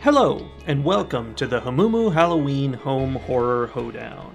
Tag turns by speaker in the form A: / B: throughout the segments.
A: Hello, and welcome to the Hamumu Halloween Home Horror Hoedown.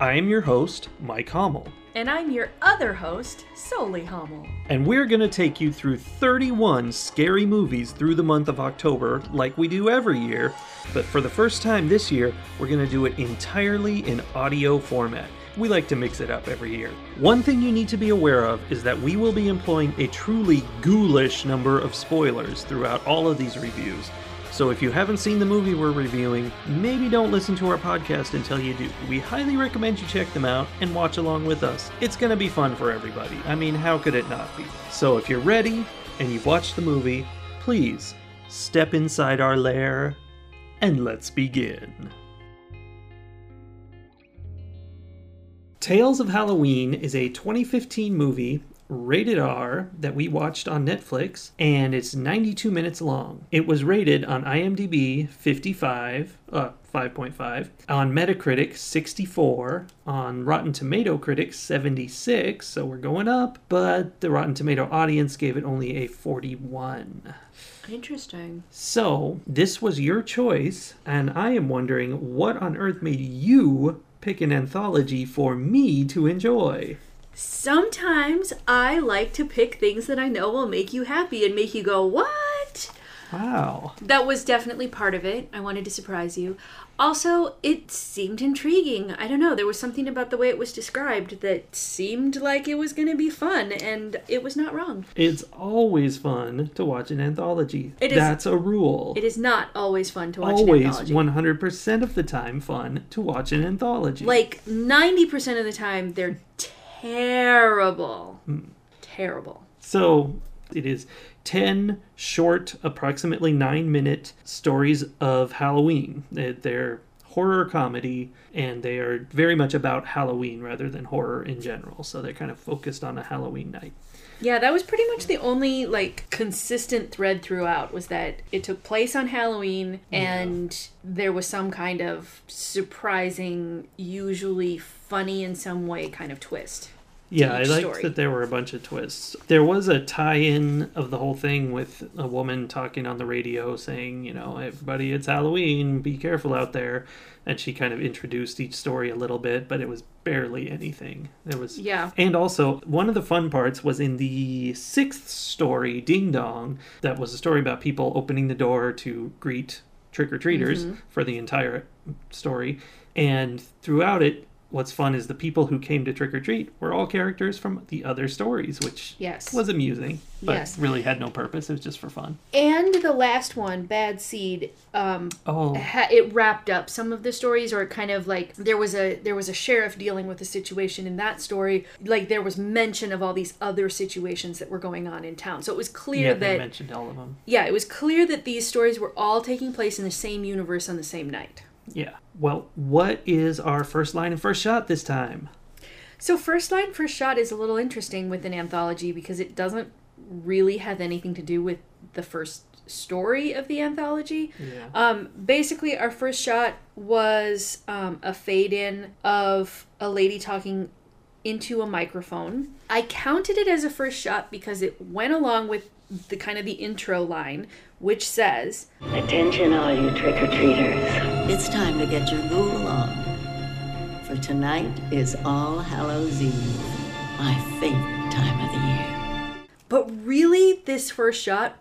A: I am your host, Mike Hommel,
B: And I'm your other host, Soli Hommel.
A: and we're going to take you through 31 scary movies through the month of October, like we do every year. But for the first time this year, we're going to do it entirely in audio format. We like to mix it up every year. One thing you need to be aware of is that we will be employing a truly ghoulish number of spoilers throughout all of these reviews. So if you haven't seen the movie we're reviewing, maybe don't listen to our podcast until you do. We highly recommend you check them out and watch along with us. It's going to be fun for everybody. I mean, how could it not be? So if you're ready and you've watched the movie, please step inside our lair and let's begin. Tales of Halloween is a 2015 movie, rated R, that we watched on Netflix, and it's 92 minutes long. It was rated on IMDb 55, uh, 5.5, on Metacritic 64, on Rotten Tomato Critics 76, so we're going up, but the Rotten Tomato audience gave it only a 41.
B: Interesting.
A: So, this was your choice, and I am wondering what on earth made you pick an anthology for me to enjoy?
B: Sometimes I like to pick things that I know will make you happy and make you go, What?
A: Wow.
B: That was definitely part of it. I wanted to surprise you. Also, it seemed intriguing. I don't know. There was something about the way it was described that seemed like it was going to be fun, and it was not wrong.
A: It's always fun to watch an anthology.
B: It is-
A: That's a rule.
B: It is not always fun to watch an
A: always
B: anthology.
A: 100% of the time fun to watch an anthology.
B: like 90% of the time, they're terrible. Terrible.
A: So it is 10 short, approximately nine minute stories of Halloween. They- They're horror comedy and they are very much about Halloween rather than horror in general. So they're kind of focused on a Halloween night.
B: Yeah, that was pretty much the only like consistent thread throughout was that it took place on Halloween and there was some kind of surprising, usually funny in some way kind of twist.
A: Yeah, I
B: each
A: liked
B: story.
A: that there were a bunch of twists. There was a tie-in of the whole thing with a woman talking on the radio saying, you know, everybody, it's Halloween, be careful out there, and she kind of introduced each story a little bit, but it was barely anything. There was
B: Yeah.
A: And also, one of the fun parts was in the sixth story, Ding Dong, that was a story about people opening the door to greet trick or treaters
B: Mm-hmm.
A: for the entire story. And throughout it, what's fun is the people who came to trick or treat were all characters from the other stories, which
B: Yes.
A: was amusing, but
B: Yes.
A: really had no purpose. It was just for fun.
B: And the last one, Bad Seed, um
A: Oh,
B: ha- it wrapped up some of the stories or it kind of like there was a there was a sheriff dealing with a situation in that story like there was mention of all these other situations that were going on in town so it was clear
A: yeah,
B: that
A: they mentioned all of them.
B: Yeah, it was clear that these stories were all taking place in the same universe on the same night.
A: Yeah. Well, what is our first line and first shot this time?
B: So, First Line, First Shot is a little interesting with an anthology because it doesn't really have anything to do with the first story of the anthology.
A: Yeah.
B: Um, basically, our first shot was um, a fade in of a lady talking into a microphone. I counted it as a first shot because it went along with the kind of the intro line, which says,
C: Attention, all you trick or treaters. It's time to get your ghoul on. For tonight is All Hallows Eve, my favorite time of the year.
B: But really, this first shot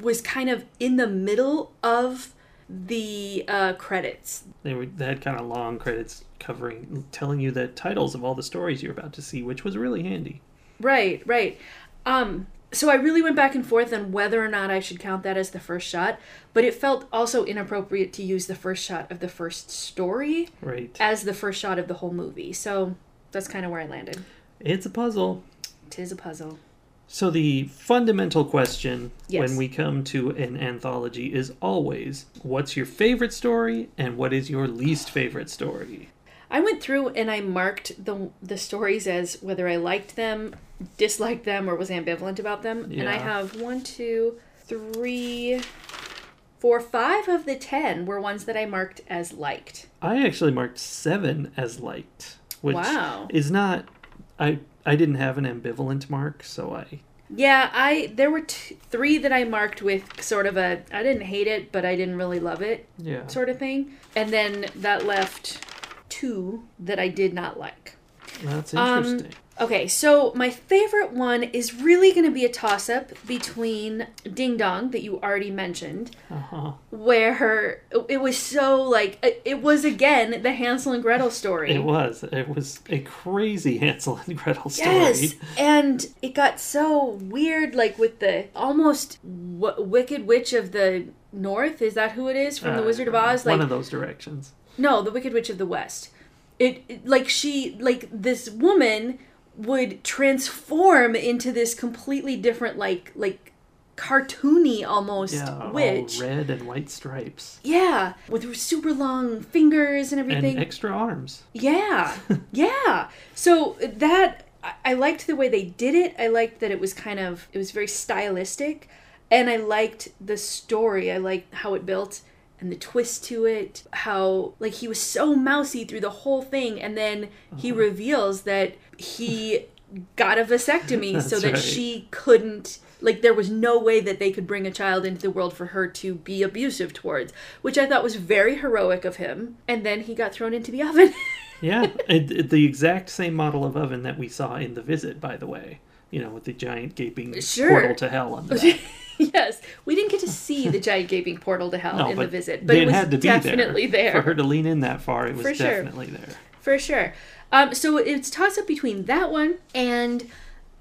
B: was kind of in the middle of the uh, credits.
A: they were they had kind of long credits covering telling you the titles of all the stories you're about to see which was really handy
B: Right, right. Um, so I really went back and forth on whether or not I should count that as the first shot, but it felt also inappropriate to use the first shot of the first story
A: right
B: as the first shot of the whole movie. So that's kind of where I landed.
A: it's a puzzle
B: Tis a puzzle.
A: so the fundamental question
B: Yes.
A: when we come to an anthology is always what's your favorite story and what is your least favorite story
B: I went through and I marked the the stories as whether I liked them, disliked them, or was ambivalent about them. And I
A: Yeah.
B: have one, two, three, four, five of the ten were ones that I marked as liked.
A: i actually marked 7 as liked which
B: Wow.
A: is not i i didn't have an ambivalent mark so i
B: Yeah, I there were t- three that I marked with sort of a I didn't hate it, but I didn't really love it
A: Yeah.
B: sort of thing, and then that left two that I did not like.
A: That's
B: Um,
A: interesting.
B: Okay, so my favorite one is really going to be a toss up between Ding Dong that you already mentioned,
A: uh-huh.
B: where it was so like it- it was again the Hansel and Gretel story.
A: It was. It was a crazy Hansel and Gretel story.
B: Yes, and it got so weird, like with the almost w- Wicked Witch of the North. Is that who it is from
A: Uh,
B: the Wizard of Oz?
A: One
B: Like
A: of those directions.
B: no, the Wicked Witch of the West. It, it- like she like this woman would transform into this completely different like like cartoony almost
A: Yeah.
B: witch.
A: All red and white stripes.
B: Yeah, with super long fingers and everything.
A: And extra arms.
B: Yeah, yeah. So that I- I liked the way they did it. I liked that it was kind of it was very stylistic, and I liked the story. I liked how it built and the twist to it. How like he was so mousy through the whole thing, and then he
A: Uh-huh.
B: reveals that he got a vasectomy so
A: That's
B: that
A: right.
B: she couldn't. Like there was no way that they could bring a child into the world for her to be abusive towards, which I thought was very heroic of him. And then he got thrown into the oven.
A: Yeah. it, it- the exact same model of oven that we saw in The Visit, by the way. You know, with the giant gaping
B: Sure.
A: portal to hell on the back.
B: yes, we didn't get to see the giant gaping portal to hell
A: No,
B: in
A: but
B: the visit, but
A: it
B: it was
A: had to be
B: definitely there,
A: For her to lean in that far, it was
B: For sure.
A: definitely there.
B: for sure. Um, so it's toss up between that one and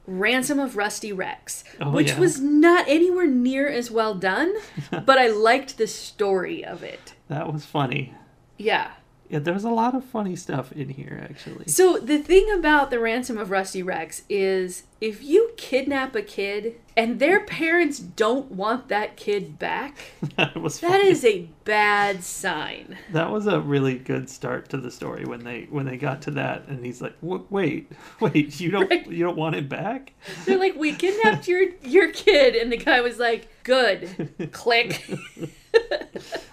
B: Ransom of Rusty Rex,
A: Oh,
B: which
A: yeah.
B: was not anywhere near as well done, but I liked the story of it.
A: That was funny.
B: Yeah.
A: Yeah, there's a lot of funny stuff in here, actually.
B: So the thing about the ransom of Rusty Rex is if you kidnap a kid and their parents don't want that kid back,
A: that was
B: that
A: funny.
B: is a bad sign.
A: That was a really good start to the story when they when they got to that, and he's like, "Wa- "Wait, wait, you don't
B: Right.
A: you don't want it back?"
B: They're like, "We kidnapped your your kid," and the guy was like, "Good." Click.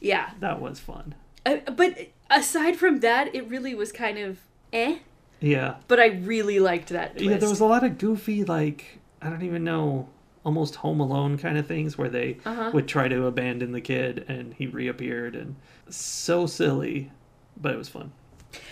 B: yeah,
A: That was fun.
B: I, but aside from that, it really was kind of eh.
A: Yeah,
B: But I really liked that twist.
A: yeah. There was a lot of goofy, like I don't even know, almost Home Alone kind of things where they
B: Uh-huh.
A: would try to abandon the kid, and he reappeared, and so silly, but it was fun.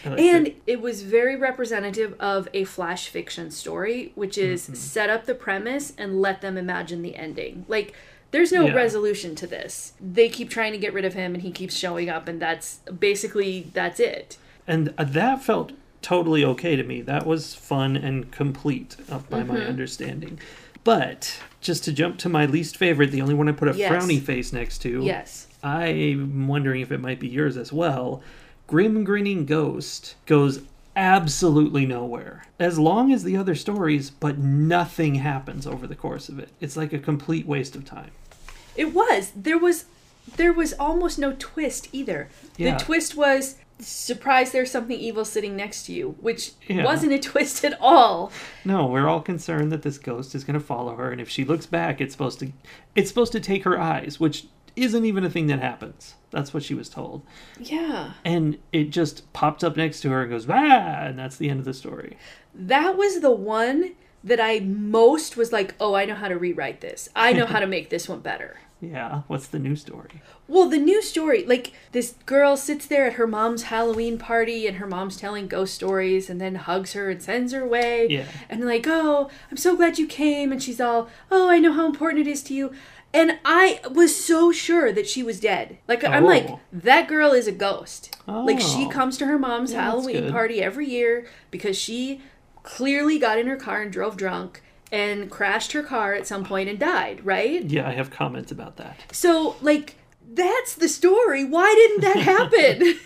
A: I liked it.
B: And it was very representative of a flash fiction story, which is
A: Mm-hmm.
B: set up the premise and let them imagine the ending. Like, there's no
A: Yeah.
B: resolution to this. They keep trying to get rid of him, and he keeps showing up, and that's basically that's it.
A: and uh, that felt totally okay to me. That was fun and complete uh, by
B: Mm-hmm.
A: my understanding. But just to jump to my least favorite, the only one I put a
B: Yes.
A: frowny face next to.
B: Yes.
A: I'm wondering if it might be yours as well. Grim Grinning Ghost goes absolutely nowhere. As long as the other stories, but nothing happens over the course of it. It's like a complete waste of time.
B: It was. There was there was almost no twist either.
A: Yeah.
B: The twist was surprise there's something evil sitting next to you, which
A: Yeah.
B: wasn't a twist at all.
A: No, we're all concerned that this ghost is going to follow her, and if she looks back, it's supposed to, it's supposed to take her eyes, which isn't even a thing that happens. That's what she was told,
B: Yeah.
A: and it just popped up next to her and goes bah, and that's the end of the story.
B: That was the one that I most was like, "Oh, I know how to rewrite this. I know how to make this one better."
A: Yeah, what's the new story?
B: Well, the new story, like this girl sits there at her mom's Halloween party and her mom's telling ghost stories and then hugs her and sends her away.
A: Yeah.
B: And like, oh, I'm so glad you came. And she's all, oh, I know how important it is to you. And I was so sure that she was dead. Like, I'm
A: Oh.
B: like, that girl is a ghost. Like, she
A: Oh.
B: comes to her mom's
A: that's
B: Halloween
A: good.
B: party every year because she clearly got in her car and drove drunk and crashed her car at some point and died, right?
A: Yeah, I have comments about that.
B: So, like, that's the story. Why didn't that happen?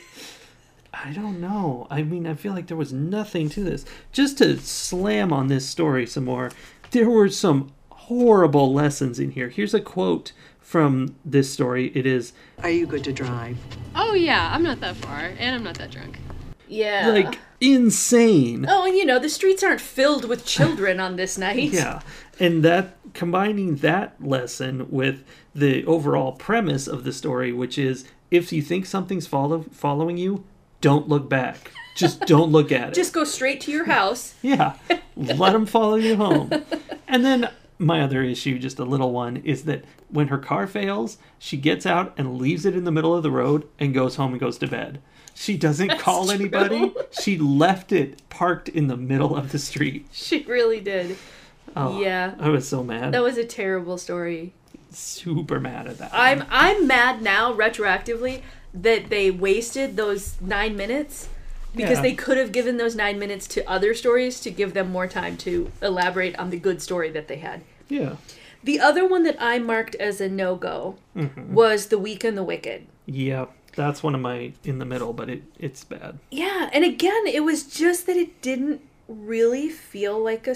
A: I don't know. I mean, I feel like there was nothing to this. Just to slam on this story some more, there were some horrible lessons in here. Here's a quote from this story. It is
D: Are you good to drive?
E: Oh yeah, I'm not that far, and I'm not that drunk.
B: yeah.
A: like insane.
B: oh, and you know, the streets aren't filled with children on this night.
A: Yeah. And that combining that lesson with the overall premise of the story, which is if you think something's follow- following you, don't look back. Just don't look at it.
B: Just go straight to your house.
A: yeah. Let them follow you home. And then my other issue, just a little one, is that when her car fails, she gets out and leaves it in the middle of the road and goes home and goes to bed. She doesn't call
B: true.
A: anybody. She left it parked in the middle of the street.
B: She really did.
A: Oh,
B: Yeah.
A: I was so mad.
B: That was a terrible story.
A: Super mad at that.
B: I'm I'm mad now retroactively that they wasted those 9 minutes because
A: Yeah.
B: they could have given those 9 minutes to other stories to give them more time to elaborate on the good story that they had.
A: yeah.
B: The other one that I marked as a no-go
A: Mm-hmm.
B: was The Weak and the Wicked.
A: Yeah. That's one of my in the middle, but it, it's bad.
B: Yeah, and again, it was just that it didn't really feel like a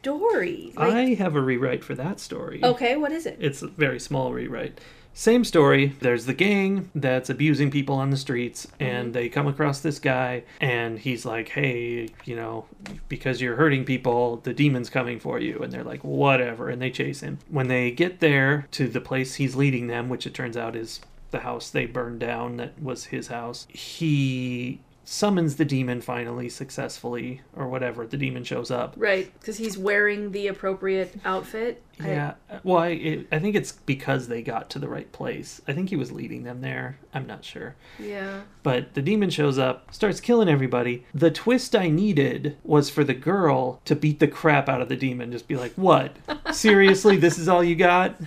B: story. Like, Oh,
A: I have a rewrite for that story.
B: okay, what is it?
A: It's a very small rewrite. Same story. There's the gang that's abusing people on the streets, and they come across this guy, and he's like, Hey, you know, because you're hurting people, the demon's coming for you. And they're like, Whatever. And they chase him. When they get there to the place he's leading them, which it turns out is the house they burned down that was his house, he summons the demon finally, successfully, or whatever. The demon shows up.
B: Right, cuz he's wearing the appropriate outfit. I-
A: Yeah. uh, Well, I, it, I think it's because they got to the right place. I think he was leading them there. I'm not sure.
B: yeah.
A: But the demon shows up, starts killing everybody. The twist I needed was for the girl to beat the crap out of the demon. Just be like, what? Seriously, this is all you got?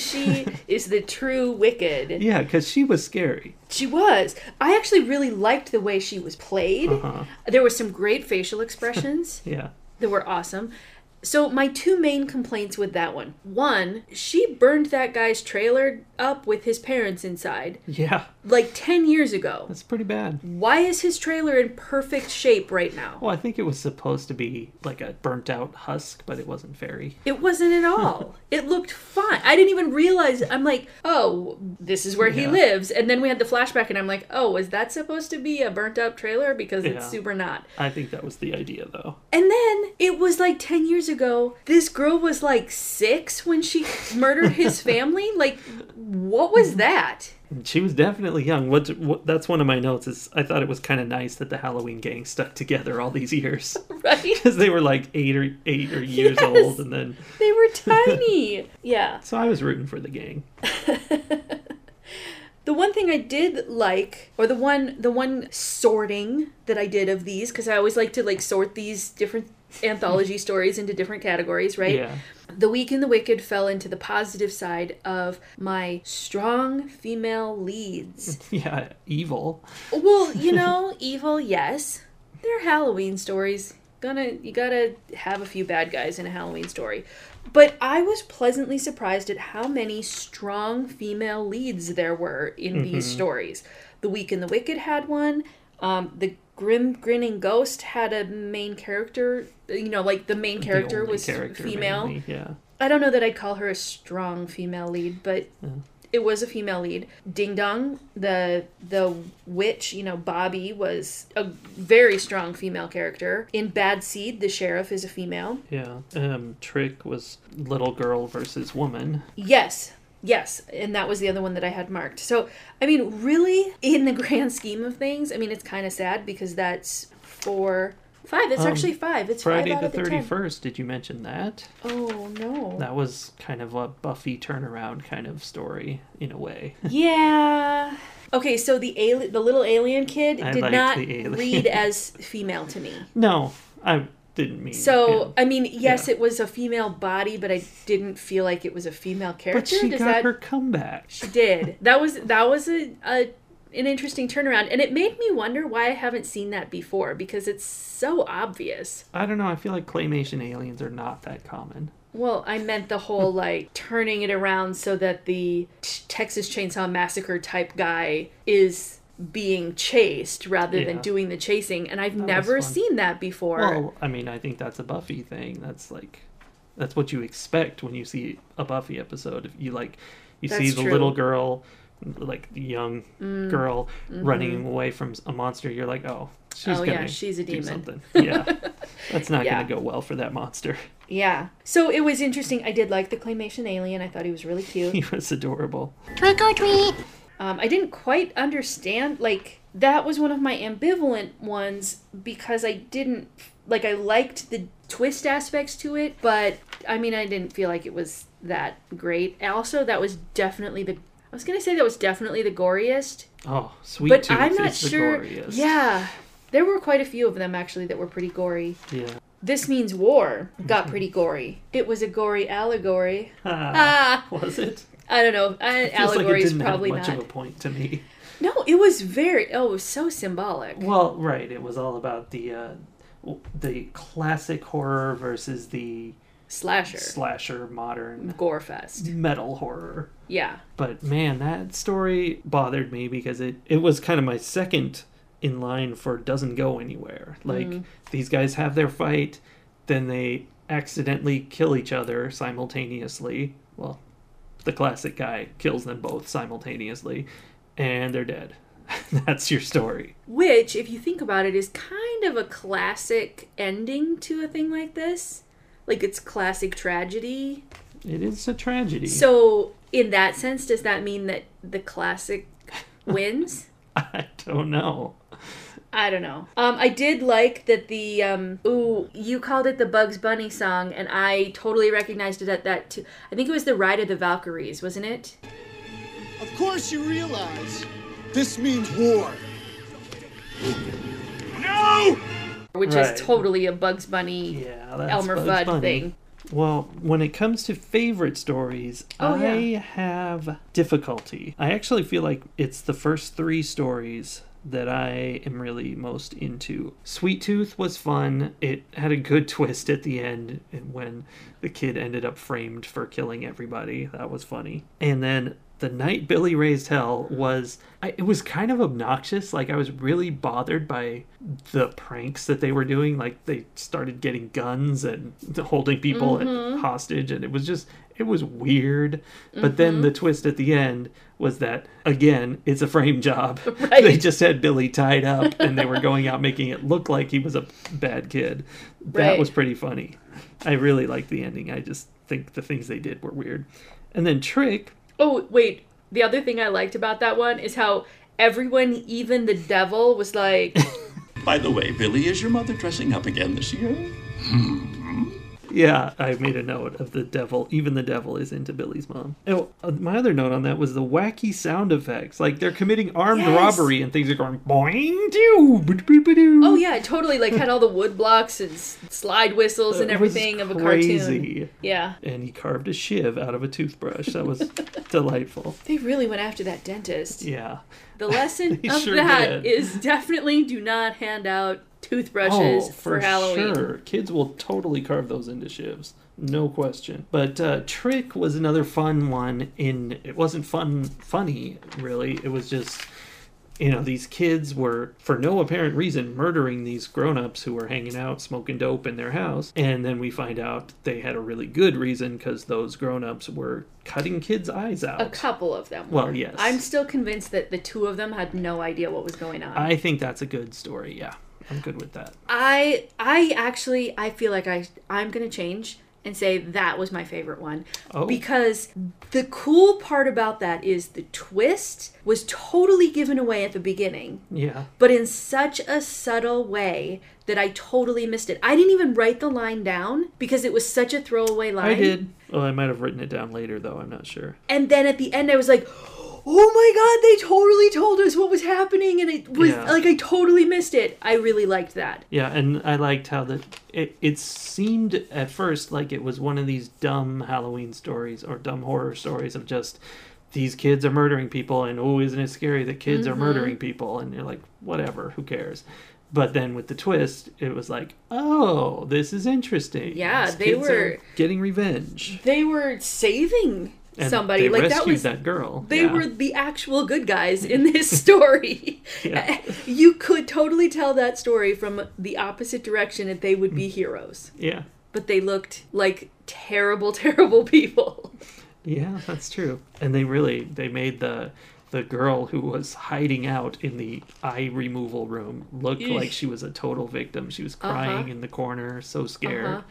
B: she is the true wicked.
A: Yeah, because she was scary.
B: She was. I actually really liked the way she was played.
A: Uh-huh.
B: There were some great facial expressions
A: Yeah.
B: that were awesome. So, my two main complaints with that one one, she burned that guy's trailer up with his parents inside
A: Yeah.
B: like 10 years ago.
A: That's pretty bad.
B: Why is his trailer in perfect shape right now?
A: Well, I think it was supposed to be like a burnt out husk, but it wasn't fairy.
B: It wasn't at all. It looked fine. I didn't even realize. I'm like, oh, this is where he
A: Yeah.
B: lives. And then we had the flashback, and I'm like, oh, was that supposed to be a burnt up trailer? Because
A: Yeah.
B: it's super not.
A: I think that was the idea, though.
B: And then it was like 10 years ago. This girl was like six when she murdered his family. Like, what was that?
A: She was definitely young. What, what that's one of my notes is I thought it was kind of nice that the Halloween gang stuck together all these years
B: Right?
A: because they were like eight or eight or years
B: Yes.
A: old, and then
B: They were tiny. Yeah.
A: so I was rooting for the gang.
B: The one thing I did like, or the one the one sorting that I did of these, because I always like to like sort these different anthology stories into different categories, right?
A: Yeah,
B: The Weak and the Wicked fell into the positive side of my strong female leads.
A: yeah, evil.
B: Well, you know, evil, yes. They're Halloween stories. Gonna you gotta have a few bad guys in a Halloween story. But I was pleasantly surprised at how many strong female leads there were in these
A: Mm-hmm.
B: stories. The Weak and the Wicked had one. Um, the Grim Grinning Ghost had a main character. You know, like the main
A: The
B: character
A: only
B: was female.
A: mainly, Yeah,
B: I don't know that I'd call her a strong female lead, but it was a female lead. Ding Dong, the the witch, you know, Bobby was a very strong female character. In Bad Seed, the sheriff is a female.
A: yeah. Um, Trick was little girl versus woman.
B: Yes. Yes, and that was the other one that I had marked. So, I mean, really, in the grand scheme of things, I mean, it's kind of sad because that's four, five. It's
A: Um,
B: actually five. It's
A: Friday
B: five
A: the
B: out of
A: thirty
B: 31st.
A: first. Did you mention that?
B: Oh, no.
A: That was kind of a Buffy turnaround kind of story in a way.
B: Yeah. Okay, so the ali- the little alien kid
A: I
B: did
A: liked
B: not
A: the alien.
B: read as female to me.
A: no, I didn't mean
B: So
A: him.
B: I mean, yes,
A: Yeah.
B: it was a female body, but I didn't feel like it was a female character.
A: But she
B: Does
A: got
B: that
A: her comeback.
B: she did? That was that was a, a an interesting turnaround, and it made me wonder why I haven't seen that before because it's so obvious.
A: I don't know. I feel like claymation aliens are not that common.
B: Well, I meant the whole like turning it around so that the t- Texas Chainsaw Massacre type guy is being chased rather than
A: Yeah.
B: doing the chasing, and I've
A: was
B: never
A: fun.
B: seen that before.
A: Well, I mean, I think that's a Buffy thing. That's like, that's what you expect when you see a Buffy episode. If you like, you see
B: That's
A: the
B: true. Mm.
A: little girl, like the young girl running away from a monster. You're like, oh, she's
B: Mm-hmm. Oh, yeah,
A: gonna
B: she's a
A: do
B: demon.
A: something. Yeah, that's not
B: Yeah.
A: gonna go well for that monster.
B: yeah. So it was interesting. I did like the claymation alien. I thought he was really cute.
A: He was adorable.
D: Trick or treat!
B: Um, I didn't quite understand. Like that was one of my ambivalent ones because I didn't Like I liked the twist aspects to it, but I mean I didn't feel like it was that great. Also, that was definitely the I was gonna say that was definitely the goriest,
A: Oh, sweet
B: but
A: Tooth
B: I'm not
A: is the
B: sure.
A: goriest.
B: Yeah, there were quite a few of them actually that were pretty gory.
A: Yeah.
B: This means war got pretty gory. It was a gory allegory.
A: Ah,
B: Ah,
A: was it?
B: I don't know. I,
A: Feels like it
B: allegory is
A: didn't
B: probably
A: have much
B: not.
A: of a point to me.
B: No, it was very. Oh, it was so symbolic.
A: Well, right. It was all about the uh, w- the classic horror versus the
B: Slasher,
A: slasher modern
B: gore fest.
A: metal horror.
B: Yeah,
A: But man, that story bothered me because it, it was kind of my second in line for doesn't go anywhere. Like these guys have their fight, then they accidentally kill each other simultaneously. Well, the classic guy kills them both simultaneously, and they're dead. That's your story.
B: which, if you think about it, is kind of a classic ending to a thing like this. Like it's classic tragedy.
A: It is a tragedy.
B: So, in that sense, does that mean that the classic wins?
A: I don't know.
B: I don't know. Um, I did like that the um, ooh, you called it the Bugs Bunny song, and I totally recognized it at that too. I think it was the Ride of the Valkyries, wasn't it?
D: Of course you realize this means war. No!
B: Which
A: Right.
B: is totally a Bugs Bunny
A: Yeah, that's
B: Elmer
A: Bugs
B: Fudd
A: Bunny.
B: thing.
A: Well, when it comes to favorite stories,
B: Oh,
A: I have difficulty. I actually feel like it's the first three stories that I am really most into. Sweet Tooth was fun. It had a good twist at the end and when the kid ended up framed for killing everybody. That was funny. And then the night Billy raised hell was I, it was kind of obnoxious. Like I was really bothered by the pranks that they were doing. Like they started getting guns and holding people hostage, and it was just it was weird. But
B: Mm-hmm.
A: then the twist at the end was that again, it's a frame job. They just had Billy tied up, and they were going out making it look like he was a bad kid. That
B: Right.
A: was pretty funny. I really liked the ending. I just think the things they did were weird. And then Trick
B: Oh wait, the other thing I liked about that one is how everyone, even the devil, was like,
F: By the way, Billy, is your mother dressing up again this year?
A: Yeah, I made a note of the devil. Even the devil is into Billy's mom. Oh, uh, my other note on that was the wacky sound effects. Like they're committing armed
B: Yes.
A: robbery and things are going boing doo boop, boop, boop, doo.
B: "Oh yeah, totally!" Like had all the wood blocks and s- slide whistles and
A: It was
B: everything of a cartoon.
A: crazy.
B: Yeah,
A: And he carved a shiv out of a toothbrush. That was delightful.
B: they really went after that dentist.
A: Yeah.
B: The lesson
A: They
B: of
A: sure
B: that
A: did.
B: is definitely do not hand out
A: Oh,
B: toothbrushes for, Halloween.
A: Kids will totally carve those into shivs. No question. But uh, Trick was another fun one in it wasn't fun funny really. It was just you know, these kids were for no apparent reason murdering these grown-ups who were hanging out smoking dope in their house. And then we find out they had a really good reason cuz those grown-ups were cutting kids' eyes out.
B: A couple of them.
A: Well,
B: were.
A: yes.
B: I'm still convinced that the two of them had no idea what was going on.
A: I think that's a good story. Yeah. I'm good with that.
B: I I actually I feel like I I'm gonna change and say that was my favorite one
A: Oh.
B: because the cool part about that is the twist was totally given away at the beginning
A: Yeah.
B: but in such a subtle way that I totally missed it. I didn't even write the line down because it was such a throwaway line.
A: I did. Well, I might have written it down later though. I'm not sure.
B: And then at the end, I was like, oh my god, they totally told us what was happening. And it was
A: Yeah.
B: like, I totally missed it. I really liked that.
A: Yeah, and I liked how the it it seemed at first like it was one of these dumb Halloween stories or dumb horror stories of just these kids are murdering people and oh isn't it scary that kids
B: Mm-hmm.
A: are murdering people and you're like whatever who cares. But then with the twist, it was like, oh, this is interesting.
B: Yeah,
A: These
B: they
A: kids are
B: were-
A: getting revenge.
B: They were saving
A: And
B: somebody.
A: they
B: like, that
A: rescued
B: was.
A: that girl.
B: They
A: Yeah.
B: were the actual good guys in this story.
A: Yeah.
B: you could totally tell that story from the opposite direction and they would be
A: Hmm.
B: heroes.
A: yeah,
B: but they looked like terrible, terrible people.
A: yeah, that's true. And they really they made the the girl who was hiding out in the eye removal room look like she was a total victim. She
B: Uh-huh.
A: was crying in the corner, so scared.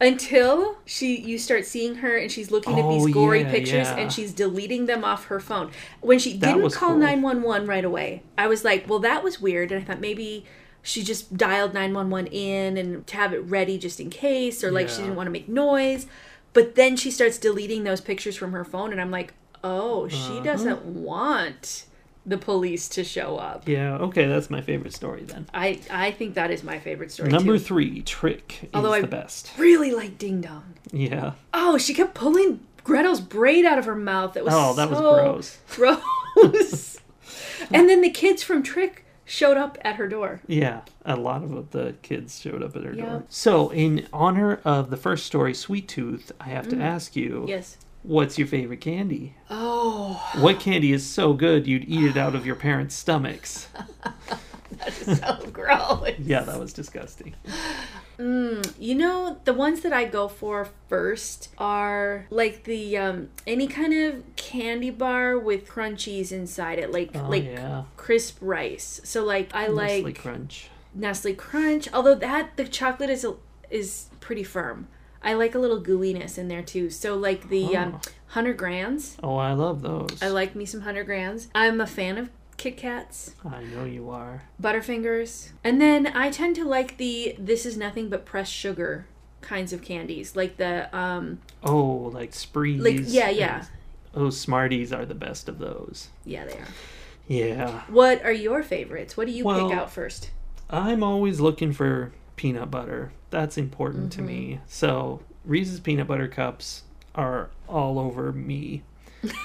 B: Until she, you start seeing her, and she's looking at
A: Oh,
B: these gory
A: yeah,
B: pictures,
A: yeah.
B: and she's deleting them off her phone. When she
A: That
B: didn't
A: was
B: call
A: cool.
B: nine one one right away, I was like, "Well, that was weird," and I thought maybe she just dialed 911 in and to have it ready just in case, or like she
A: Yeah.
B: didn't want to make noise. But then she starts deleting those pictures from her phone, and I'm like, oh,
A: Uh-huh.
B: she doesn't want the police to show up.
A: Yeah, okay, that's my favorite story then.
B: I, I think that is my favorite story.
A: Number
B: too.
A: three, Trick is
B: Although I-
A: the best.
B: really like Ding Dong.
A: Yeah.
B: Oh, she kept pulling Gretel's braid out of her mouth. That was
A: Oh, that was
B: Uh, so gross. and then the kids from Trick showed up at her door.
A: Yeah, a lot of the kids showed up at her
B: Yeah.
A: door. So, in honor of the first story, Sweet Tooth, I have to ask you,
B: Mm. Yes.
A: what's your favorite candy?
B: Oh,
A: What candy is so good you'd eat it out of your parents' stomachs?
B: so gross.
A: Yeah, that was disgusting.
B: You know, the ones that I go for first are like the um any kind of candy bar with crunchies inside it, like
A: Oh,
B: like
A: yeah.
B: crisp rice. So like I
A: Mostly
B: like
A: crunch.
B: Nestle Crunch. Although that the chocolate is is pretty firm. I like a little gooiness in there too. So like the um, hundred grands.
A: Oh, I love those.
B: I like me some hundred grands. I'm a fan of Kit Kats,
A: I know you are.
B: Butterfingers, and then I tend to like the this is nothing but pressed sugar kinds of candies, like the um
A: Oh, like sprees.
B: like yeah yeah
A: and- Oh, Smarties are the best of those.
B: yeah they are.
A: Yeah.
B: What are your favorites? What do you
A: Well-
B: pick out first?
A: I'm always looking for peanut butter. That's important to me.
B: Mm-hmm.
A: So Reese's peanut butter cups are all over me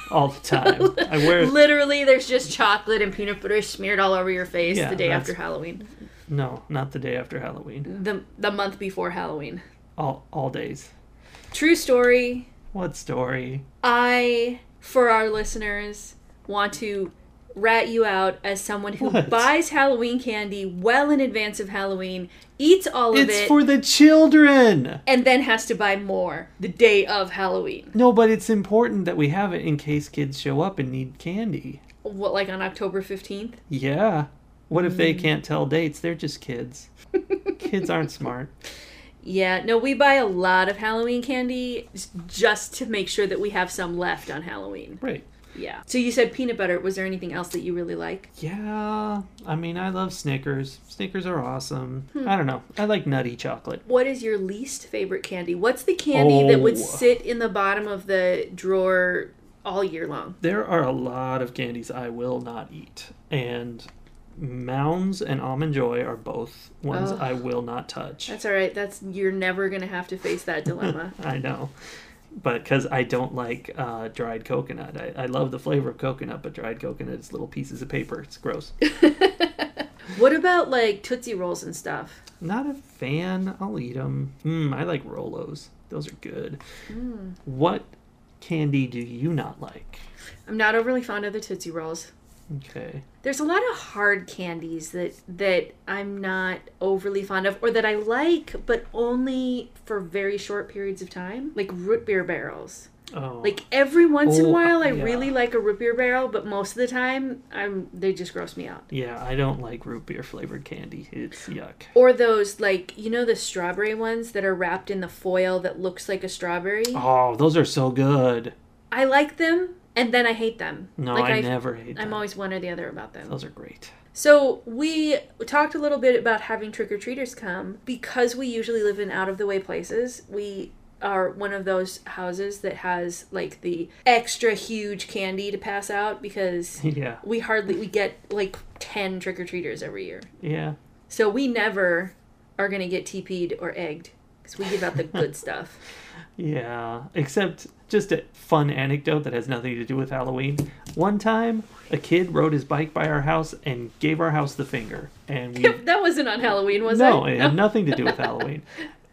A: all the time. I wear
B: Literally, there's just chocolate and peanut butter smeared all over your face
A: Yeah,
B: the day
A: that's-
B: after Halloween,
A: no, not the day after Halloween.
B: the the month before Halloween.
A: All all days.
B: True story.
A: What story?
B: I, for our listeners, want to rat you out as someone who
A: What?
B: buys Halloween candy well in advance of Halloween, eats all of
A: It's
B: it,
A: for the children.
B: and then has to buy more the day of Halloween.
A: No, but it's important that we have it in case kids show up and need candy.
B: What, like on October 15th?
A: Yeah. What if they can't tell dates? They're just kids. kids aren't smart.
B: Yeah, no, we buy a lot of Halloween candy s- just to make sure that we have some left on Halloween.
A: Right.
B: Yeah. So you said peanut butter. Was there anything else that you really like?
A: Yeah, I mean, I love Snickers. Snickers are awesome. I don't know. I like nutty chocolate.
B: What is your least favorite candy? What's the candy that would
A: Oh.
B: sit in the bottom of the drawer all year long?
A: There are a lot of candies I will not eat, and Mounds and Almond Joy are both ones
B: Ugh.
A: I will not touch.
B: That's all right. That's you're never gonna have to face that dilemma.
A: I know, but because I don't like uh, dried coconut. I, I love the flavor of coconut, but dried coconut is little pieces of paper. It's gross.
B: what about like Tootsie Rolls and stuff?
A: Not a fan. I'll eat them. Mm, I like Rolos. Those are good.
B: Hmm.
A: What candy do you not like?
B: I'm not overly fond of the Tootsie Rolls.
A: Okay.
B: There's a lot of hard candies that that I'm not overly fond of, or that I like, but only for very short periods of time, like root beer barrels.
A: Oh.
B: Like every once in a
A: Oh,
B: while, I
A: yeah.
B: really like a root beer barrel, but most of the time, I'm they just gross me out.
A: yeah, I don't like root beer flavored candy. It's yuck.
B: Or those like you know the strawberry ones that are wrapped in the foil that looks like a strawberry.
A: Oh, those are so good.
B: I like them and then I hate them.
A: No,
B: like
A: I never ate
B: I'm
A: them. Oh.
B: always one or the other about them.
A: Those are great.
B: So we talked a little bit about having trick or treaters come because we usually live in out of the way places. We are one of those houses that has like the extra huge candy to pass out because
A: Yeah.
B: we hardly we get like 10 trick or treaters every year.
A: Yeah.
B: So we never are going to get TP'd or egged because we give out the good stuff.
A: Yeah. Except just a fun anecdote that has nothing to do with Halloween. One time, a kid rode his bike by our house and gave our house the finger. And we
B: That wasn't on Halloween, was
A: No,
B: it?
A: it had nothing to do with Halloween.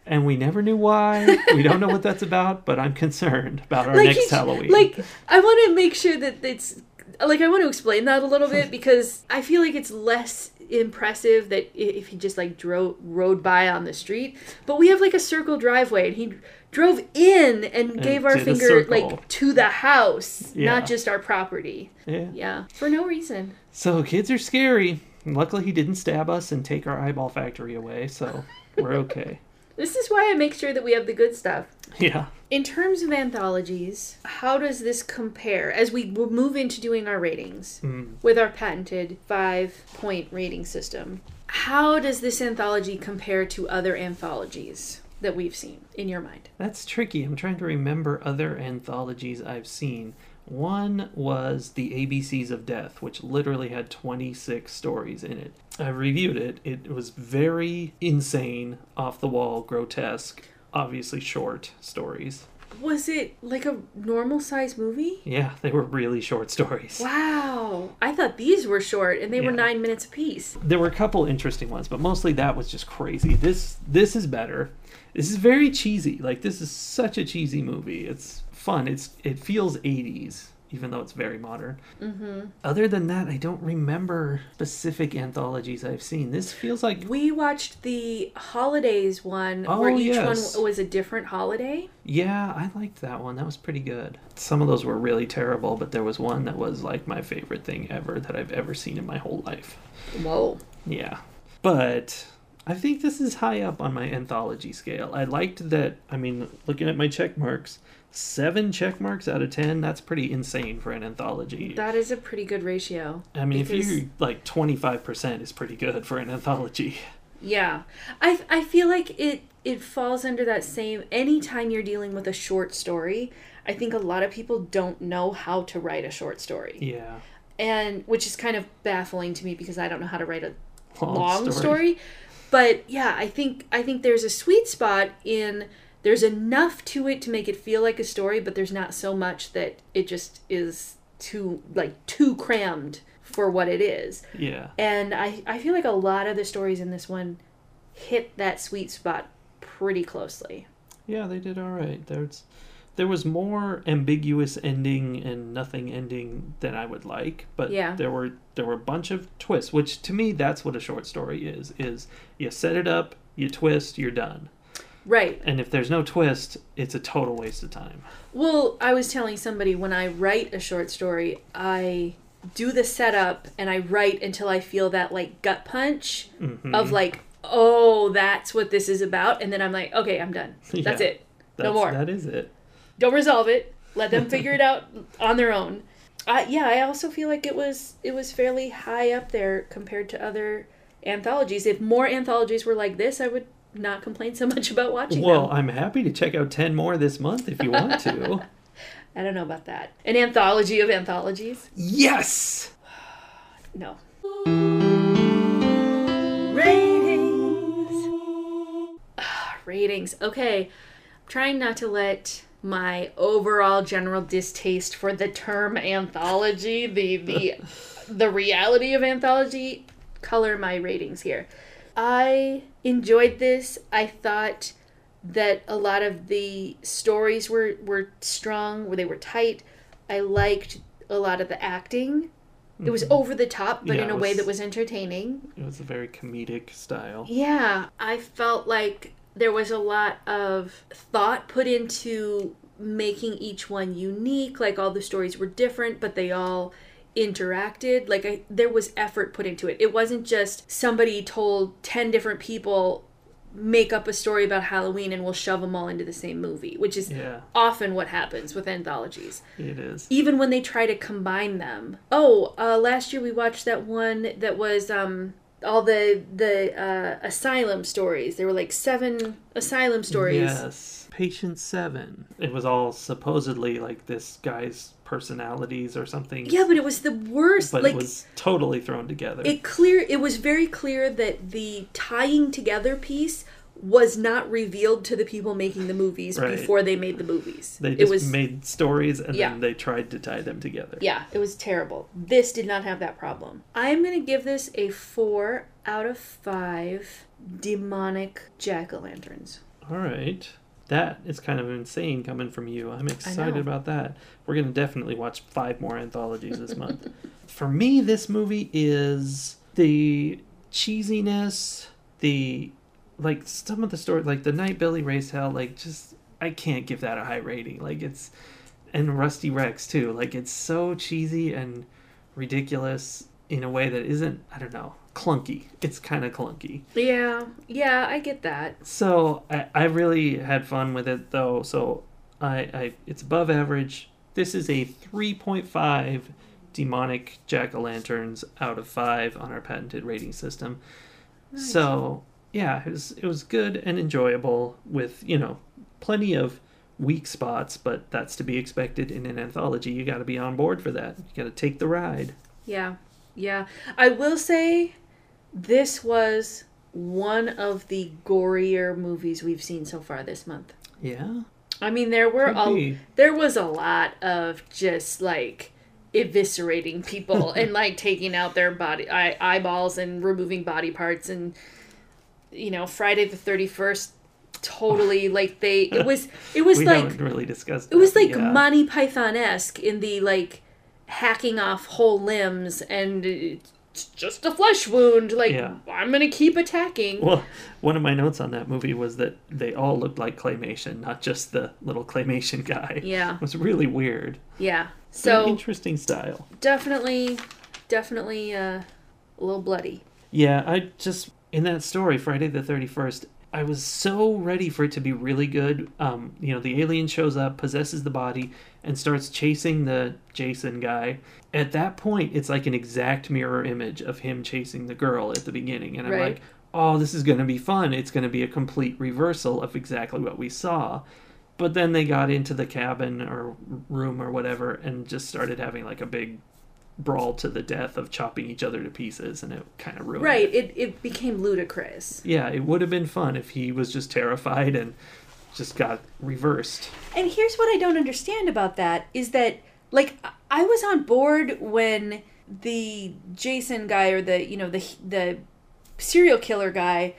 A: And we never knew why. We don't know what that's about, but I'm concerned about our next
B: you-
A: Halloween.
B: Like I want to make sure that it's like I want to explain that a little bit because I feel like it's less impressive that i- if he just like drove rode by on the street, but we have like a circle driveway and he drove in and, gave our
A: did a
B: finger
A: circle.
B: like to the house,
A: Yeah.
B: not just our property.
A: yeah.
B: Yeah, for no reason.
A: So kids are scary. Luckily, he didn't stab us and take our eyeball factory away, so we're okay.
B: This is why I make sure that we have the good stuff.
A: Yeah.
B: In terms of anthologies, how does this compare as we will move into doing our ratings
A: Mm.
B: with our patented five point rating system? How does this anthology compare to other anthologies that we've seen in your mind?
A: That's tricky. I'm trying to remember other anthologies I've seen. One was The ABCs of Death, which literally had 26 stories in it. I reviewed it. It was very insane, off the wall, grotesque, obviously short stories.
B: Was it like a normal size movie?
A: Yeah, they were really short stories.
B: Wow. I thought these were short and they were
A: Yeah.
B: nine minutes apiece.
A: there were a couple interesting ones, but mostly that was just crazy. This this is better. This is very cheesy. Like this is such a cheesy movie. It's fun. It's it feels 80s even though it's very modern. Mm-hmm. Other than that, I don't remember specific anthologies I've seen. This feels like
B: We watched the holidays one
A: Oh,
B: where each
A: yes.
B: one was a different holiday.
A: yeah, I liked that one. That was pretty good. Some of those were really terrible, but there was one that was like my favorite thing ever that I've ever seen in my whole life.
B: Whoa.
A: Yeah. But I think this is high up on my anthology scale. I liked that, I mean, looking at my check marks, seven check marks out of ten, that's pretty insane for an anthology.
B: That is a pretty good ratio.
A: I mean, if
B: because-
A: you like 25% is pretty good for an anthology.
B: Yeah. I, I feel like it it falls under that same anytime you're dealing with a short story, I think a lot of people don't know how to write a short story.
A: Yeah.
B: And which is kind of baffling to me because I don't know how to write a
A: Long
B: long story. But yeah, I think I think there's a sweet spot in there's enough to it to make it feel like a story, but there's not so much that it just is too like too crammed for what it is.
A: Yeah.
B: And I, I feel like a lot of the stories in this one hit that sweet spot pretty closely.
A: Yeah, they did all right. There's there was more ambiguous ending and nothing ending than I would like, but
B: Yeah.
A: there were there were a bunch of twists, which to me that's what a short story is is you set it up, you twist, you're done.
B: Right.
A: And if there's no twist, it's a total waste of time.
B: Well, I was telling somebody when I write a short story, I do the setup and I write until I feel that like gut punch
A: Mm-hmm.
B: of like, oh, that's what this is about. And then I'm like, okay, I'm done. That's
A: Yeah.
B: it.
A: That's,
B: no more.
A: That is it.
B: Don't resolve it. Let them figure it out on their own. Uh, yeah, I also feel like it was it was fairly high up there compared to other anthologies. If more anthologies were like this, I would not complain so much about watching them.
A: Well, I'm happy to check out 10 more this month if you want to.
B: I don't know about that. An anthology of anthologies?
A: yes.
B: No. Ratings. Okay. I'm trying not to let my overall general distaste for the term anthology, the the the reality of anthology color my ratings here. I enjoyed this. I thought that a lot of the stories were were strong, where they were tight. I liked a lot of the acting. It was over the top,
A: Mm-hmm.
B: but
A: Yeah,
B: in
A: it
B: a way
A: was-
B: that was entertaining.
A: It was a very comedic style.
B: Yeah, I felt like there was a lot of thought put into making each one unique. Like all the stories were different, but they all interacted. Like I, there was effort put into it. It wasn't just somebody told 10 different people make up a story about Halloween and we'll shove them all into the same movie, which is
A: Yeah.
B: often what happens with anthologies
A: It is.
B: even when they try to combine them. Oh, uh, last year we watched that one that was um, all the the uh, asylum stories. There were like seven asylum stories.
A: Yes. Patient Seven. It was all supposedly like this guy's personalities or something.
B: Yeah, but it was the worst.
A: But
B: like
A: it was totally thrown together.
B: it clear it was very clear that the tying together piece was not revealed to the people making the movies
A: Right.
B: before they made the movies.
A: they
B: it
A: just
B: was
A: made stories and
B: Yeah.
A: then they tried to tie them together.
B: Yeah, it was terrible. This did not have that problem. I'm going to give this a 4 out of 5 demonic jack o' lanterns.
A: All right. That is kind of insane coming from you. I'm excited
B: know.
A: about that. We're going to definitely watch five more anthologies this month. For me, this movie is the cheesiness, the like some of the story, like the night Billy raised hell, like just I can't give that a high rating. Like it's and Rusty Rex too. Like it's so cheesy and ridiculous in a way that isn't, I don't know, clunky. It's kind of clunky.
B: Yeah, yeah, I get that.
A: So I, I really had fun with it though. So I, I it's above average. This is a 3.5 demonic jack o' lanterns out of five on our patented rating system. So yeah, it was it was good and enjoyable with you know plenty of weak spots, but that's to be expected in an anthology. You got to be on board for that. You got to take the ride.
B: Yeah, yeah. I will say this was one of the gorier movies we've seen so far this month.
A: Yeah.
B: I mean, there were
A: Could
B: a,
A: be.
B: there was a lot of just like eviscerating people and like taking out their body eye, eyeballs and removing body parts and you know Friday the 31st totally like they it was it was
A: we
B: like
A: haven't really discussed.
B: it was
A: that,
B: like
A: yeah.
B: Monty Python esque in the like hacking off whole limbs and it's just a flesh wound. Like
A: Yeah.
B: I'm gonna keep attacking.
A: Well, one of my notes on that movie was that they all looked like claymation, not just the little claymation guy.
B: Yeah.
A: It was really weird. But
B: yeah.
A: an
B: So
A: interesting style.
B: definitely, definitely uh, a little bloody.
A: Yeah, I just in that story, Friday the thirty first, I was so ready for it to be really good. Um, you know, the alien shows up, possesses the body, and starts chasing the Jason guy. At that point, it's like an exact mirror image of him chasing the girl at the beginning, and I'm
B: Right.
A: like, oh, this is going to be fun. It's going to be a complete reversal of exactly what we saw. But then they got into the cabin or room or whatever and just started having like a big brawl to the death of chopping each other to pieces, and it kind of ruined it.
B: Right. It it became ludicrous.
A: Yeah, it would have been fun if he was just terrified and just got reversed.
B: And here's what I don't understand about that is that like I- I was on board when the Jason guy or the you know the the serial killer guy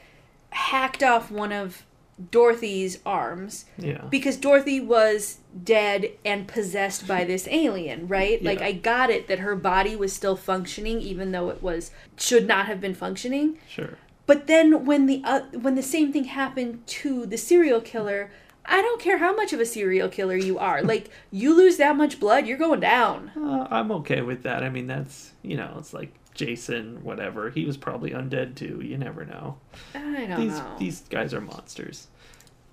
B: hacked off one of Dorothy's arms
A: Yeah.
B: because Dorothy was dead and possessed by this alien, right? Like
A: Yeah.
B: I got it that her body was still functioning even though it was should not have been functioning.
A: sure.
B: But then when the uh, when the same thing happened to the serial killer, I don't care how much of a serial killer you are. Like you lose that much blood, you're going down.
A: Uh, I'm okay with that. I mean, that's, you know, it's like Jason, whatever. He was probably undead too. You never know.
B: I don't
A: These
B: know.
A: these guys are monsters.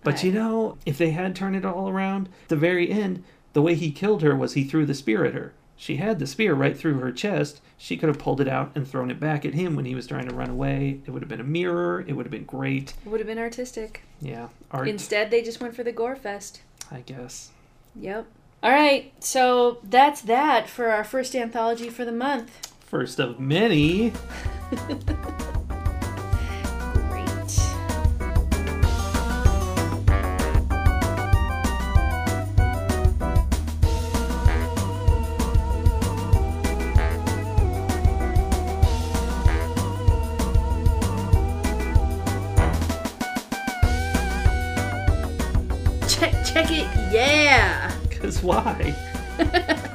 A: But
B: I-
A: you know, if they had turned it all around, at the very end, the way he killed her was he threw the spear at her. She had the spear right through her chest. She could have pulled it out and thrown it back at him when he was trying to run away. It would have been a mirror. It would have been great.
B: Would have been artistic.
A: Yeah, art,
B: Instead, they just went for the gore fest.
A: I guess.
B: Yep. All right, so that's that for our first anthology for the month.
A: First of many.
B: Great. Check, check it, yeah.
A: Because why?